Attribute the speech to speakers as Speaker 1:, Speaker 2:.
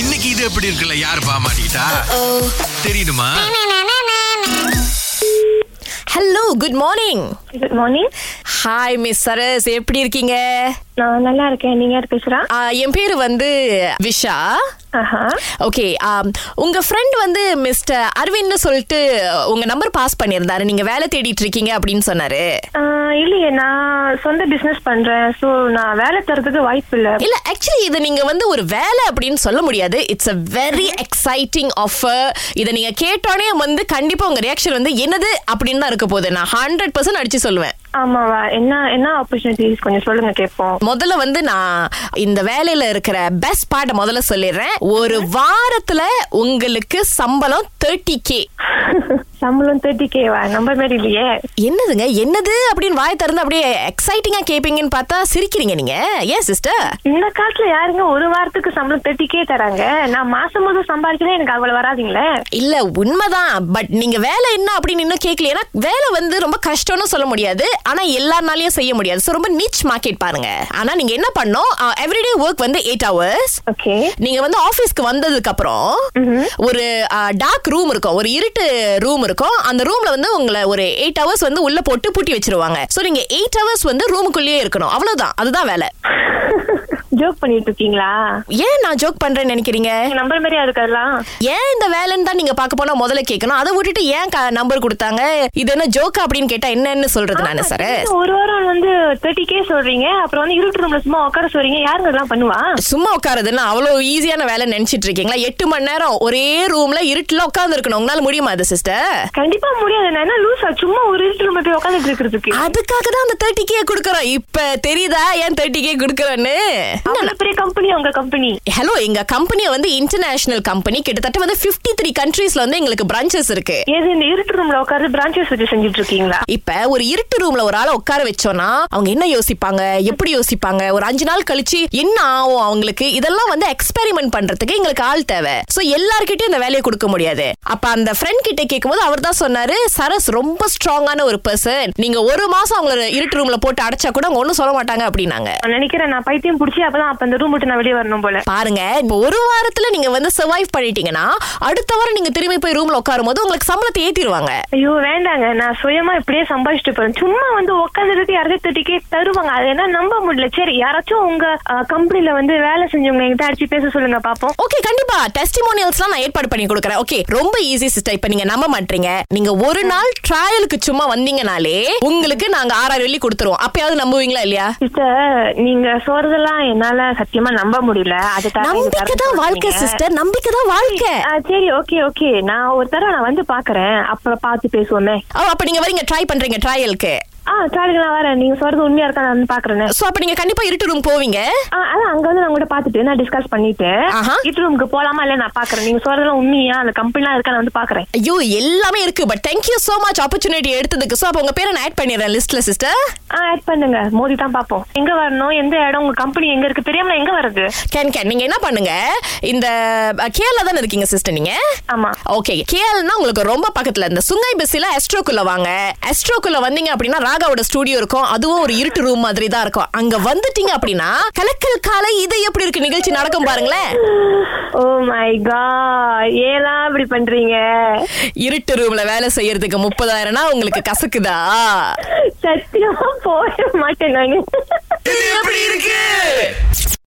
Speaker 1: இன்னைக்கு இது எப்படி இருக்குல்ல யார் பாமாட்டா தெரியுமா
Speaker 2: hello good morning
Speaker 3: good morning
Speaker 2: hi miss Saras எப்படி இருக்கீங்க
Speaker 3: நான் நல்லா இருக்கேன் நீங்க யார் பேசுறா
Speaker 2: ஆ, என் பேர் வந்து விஷா
Speaker 3: ஆஹா
Speaker 2: ஓகே உங்க ஃப்ரெண்ட் வந்து மிஸ்டர் அரவிந்த்னு சொல்லிட்டு உங்க நம்பர் பாஸ் பண்ணியிருந்தாரு நீங்க வேலை தேடிட்டு இருக்கீங்க அப்படின்னு சொன்னாரு
Speaker 3: ஆஹ், இல்லையே நான் சொந்த பிசினஸ் பண்றேன் சோ நான் வேலை தரதுக்கு வாய்ப்பு இல்ல
Speaker 2: இல்ல ஆக்சுவலி இது நீங்க வந்து ஒரு வேலை அப்படின்னு சொல்ல முடியாது it's a very exciting offer இதை நீங்க கேட்டோடனே வந்து கண்டிப்பா உங்க ரியாக்ஷன் வந்து என்னது அப்படின்னு தான் இருக்க போகுது நான் ஹண்ட்ரட் பர்சன்ட் அடிச்சு சொல்லுவேன்
Speaker 3: ஆமாவா என்ன என்ன ஆப்பர்ச்சுனிட்டிஸ் கொஞ்சம் சொல்லுங்க கேட்போம்
Speaker 2: முதல்ல வந்து நான் இந்த வேலையில இருக்கிற பெஸ்ட் பார்ட்டை முதல்ல சொல்லிடுறேன் ஒரு வாரத்துல உங்களுக்கு சம்பளம் தேர்ட்டி கே
Speaker 3: சம்பளம் தேர்ட்டி கேவா நம்ப மாதிரி இல்லையே
Speaker 2: என்னதுங்க என்னது அப்படின்னு வாய் திறந்து அப்படியே எக்ஸைட்டிங்கா கேப்பீங்கன்னு பார்த்தா சிரிக்கிறீங்க நீங்க ஏன் சிஸ்டர்
Speaker 3: இந்த காலத்துல யாருங்க ஒரு வாரத்துக்கு சம்பளம் தேர்ட்டி கே தராங்க நான் மாசம் மாசம் சம்பாதிக்கிறேன் எனக்கு அவ்வளவு வராதுங்களே
Speaker 2: இல்ல உண்மைதான் பட் நீங்க வேலை என்ன அப்படின்னு இன்னும் கேட்கல ஏன்னா வேலை வந்து ரொம்ப கஷ்டம்னு சொல்ல முடியாது ஆனா எல்லாருனாலயும் செய்ய முடியாது ஸோ ரொம்ப நீச் மார்க்கெட் பாருங்க ஆனா நீங்க என்ன பண்ணணும் எவ்ரிடே ஒர்க் வந்து எயிட் ஹவர்ஸ்
Speaker 3: ஓகே
Speaker 2: நீங்க வந்து ஆபீஸ்க்கு வந்ததுக்கு அப்புறம் ஒரு டார்க் ரூம் இருக்கும் ஒரு இருட்டு ரூம் இருக்கும் அந்த ரூம்ல வந்து உங்களை ஒரு எயிட் ஹவர்ஸ் வந்து உள்ள போட்டு பூட்டி வச்சிருவாங்க சோ நீங்க எயிட் ஹவர்ஸ் வந்து ரூமுக்குள்ளேயே இருக்கணும் அவ்வளவுதான் அதுதான் வேலை
Speaker 3: ஜோக் பண்ணிட்டு இருக்கீங்களா
Speaker 2: ஏன் நான் ஜோக் பண்றேன்னு நினைக்கிறீங்க
Speaker 3: நம்பர் மாதிரியா இருக்கு அதெல்லாம்
Speaker 2: ஏன் இந்த வேலைன்னு தான் நீங்க பார்க்க போனா முதல்ல கேட்கணும் அதை விட்டுட்டு ஏன் நம்பர் கொடுத்தாங்க இது என்ன ஜோக்கா அப்படின்னு கேட்டா என்னன்னு சொல்றது நானு சார்
Speaker 3: ஒரு வாரம் வந்து தேர்ட்டி கே சொல்றீங்க அப்புறம் வந்து இருட்டு ரூம்ல சும்மா உட்கார சொல்றீங்க யாருங்க இதெல்லாம் பண்ணுவா
Speaker 2: சும்மா உட்காருதுன்னா அவ்வளவு ஈஸியான வேலை நினைச்சிட்டு இருக்கீங்களா எட்டு மணி நேரம் ஒரே ரூம்ல இருட்டுல உட்கார்ந்து இருக்கணும் உங்களால முடியுமா அது சிஸ்டர்
Speaker 3: கண்டிப்பா முடியாது நான் என்ன லூசா சும்மா ஒரு இருட்டு ரூம்ல போய் உட்காந்துட்டு இருக்கிறதுக்கு
Speaker 2: அதுக்காக தான் அந்த தேர்ட்டி கே குடுக்கறோம் இப்ப தெரியுதா ஏன் தேர்ட்டி கே குடுக்கறோன்னு
Speaker 3: அவ்வளவு பெரிய கம்பெனி உங்க கம்பெனி
Speaker 2: ஹலோ எங்க கம்பெனி வந்து இன்டர்நேஷனல் கம்பெனி கிட்டத்தட்ட வந்து 53 த்ரீ கண்ட்ரீஸ்ல வந்து எங்களுக்கு பிரான்ச்சஸ் இருக்கு
Speaker 3: ஏது இந்த இருட்டு ரூம்ல உட்கார்ந்து பிரான்ச்சஸ் வச்சு செஞ்சுட்டு இருக்கீங்களா
Speaker 2: இப்ப ஒரு இருட்டு ரூம்ல ஒரு ஆளை உட்கார வச்சோம்னா அவங்க என்ன யோசிப்பாங்க எப்படி யோசிப்பாங்க ஒரு அஞ்சு நாள் கழிச்சு என்ன ஆகும் அவங்களுக்கு இதெல்லாம் வந்து எக்ஸ்பெரிமெண்ட் பண்றதுக்கு எங்களுக்கு ஆள் தேவை சோ எல்லார்கிட்டயும் இந்த வேலையை கொடுக்க முடியாது அப்ப அந்த ஃப்ரெண்ட் கிட்ட கேட்கும்போது அவர் தான் சொன்னாரு சரஸ் ரொம்ப ஸ்ட்ராங்கான ஒரு பர்சன் நீங்க ஒரு மாசம் அவங்கள இருட்டு ரூம்ல போட்டு அடைச்சா கூட அவங்க ஒன்னும் சொல்ல மாட்டாங்க அப்படின்னாங்க
Speaker 3: நான் நினைக்கிறேன் நான் பைத்தியம் பிடிச்சி அப்பதான் அப்ப அந்த ரூம் விட்டு நான் வெளியே வரணும் போல
Speaker 2: பாருங்க இப்போ ஒரு வாரத்துல நீங்க வந்து சர்வைவ் பண்ணிட்டீங்கன்னா அடுத்த வாரம் நீங்க திரும்பி போய் ரூம்ல உட்காரும் போது உங்களுக்கு சம்பளத்தை ஏத்திடுவாங்க
Speaker 3: ஐயோ வேண்டாங்க நான் சுயமா இப்படியே சம்பாதிச்சுட்டு போறேன் சும்மா வந்து உட்காந்துருக்கு யாராவது தேர்ட்டிக்கே தருவாங்க அது என்ன நம்ப முடியல சரி யாராச்சும் உங்க கம்பெனில வந்து வேலை செஞ்சவங்க என்கிட்ட அடிச்சு பேச சொல்லுங்க பாப்போம்
Speaker 2: ஓகே கண்டிப்பா டெஸ்டிமோனியல்ஸ்லாம் நான் ஏற்பாடு பண்ணி கொடுக்குறேன் ஓகே ரொம்ப ஈஸி சிஸ்டர் இப்போ நீங்க நம்ப மாட்டீங்க நீங்க ஒரு நாள் ட்ரையலுக்கு சும்மா வந்தீங்கனாலே உங்களுக்கு நாங்க ஆறாயிரம் வெள்ளி கொடுத்துருவோம் அப்பயாவது நம்புவீங்களா இல்லையா
Speaker 3: சிஸ்டர் நீங்க சொல்றதெல்லாம் என்னால சத்தியமா நம்ப முடியல அது தரேன், இது
Speaker 2: நம்பிக்கை தான்
Speaker 3: தரேன்னு
Speaker 2: வாழ்க்கை
Speaker 3: சொல்றீங்க.
Speaker 2: சிஸ்டர் நம்பிக்கை தான் வாழ்க்கை
Speaker 3: ஆ, சரி ஓகே ஓகே நான் ஒரு தடவை நான் வந்து பாக்குறேன் அப்ப பார்த்து பேசுவோமே
Speaker 2: ஓ அப்ப நீங்க வரீங்க ட்ரை பண்றீங்க ட்ரையலுக்கு
Speaker 3: ஆ சாரிங்க நான் வரேன் நீங்க சொல்றது உண்மையா இருக்கா நான் வந்து பாக்குறேன்
Speaker 2: சோ அப்ப நீங்க கண்டிப்பா இருட்டு ரூம் போவீங்க
Speaker 3: ஆ, அதான் அங்க வந்து நான் கூட பாத்துட்டு நான் டிஸ்கஸ் பண்ணிட்டு
Speaker 2: ஆஹா.
Speaker 3: இட் ரூமுக்கு போலாமா இல்ல நான் பாக்குறேன் நீங்க சொல்றதெல்லாம் உண்மையா அந்த கம்பெனிலாம் இருக்கா நான் வந்து பாக்குறேன்
Speaker 2: ஐயோ எல்லாமே இருக்கு but thank you so much opportunity எடுத்ததுக்கு சோ அப்ப உங்க பேரை நான் ஆட் பண்ணிடுறேன் லிஸ்ட்ல சிஸ்டர்
Speaker 3: ஆ ஆட் பண்ணுங்க மோதி தான் பாப்போம் எங்க வரணும் எந்த இடம் உங்க கம்பெனி எங்க இருக்கு தெரியாமல எங்க வருது
Speaker 2: கேன் கேன் நீங்க என்ன பண்ணுங்க இந்த கேரளா தானே இருக்கீங்க சிஸ்டர் நீங்க
Speaker 3: ஆமா
Speaker 2: ஓகே கேஎல்னா உங்களுக்கு ரொம்ப பக்கத்துல இந்த சுங்கை பஸ்ல எஸ்ட்ரோக்குள்ள வாங்க எஸ்ட்ரோக்குள்ள வந்தீங்க அப்படின்னா ராகாவோட ஸ்டுடியோ இருக்கும் அதுவும் ஒரு இருட்டு ரூம் மாதிரி தான் இருக்கும் அங்க வந்துட்டீங்க அப்படின்னா கலக்கல் காலை இது எப்படி இருக்கு நிகழ்ச்சி நடக்கும் பாருங்களேன்
Speaker 3: ஓ மை காட் ஏலாம் இப்படி பண்றீங்க
Speaker 2: இருட்டு ரூம்ல வேலை செய்யறதுக்கு முப்பதாயிரம்னா உங்களுக்கு கசக்குதா
Speaker 3: சத்தியமா போக மாட்டேன் நாங்க
Speaker 1: இது எப்படி இருக்கு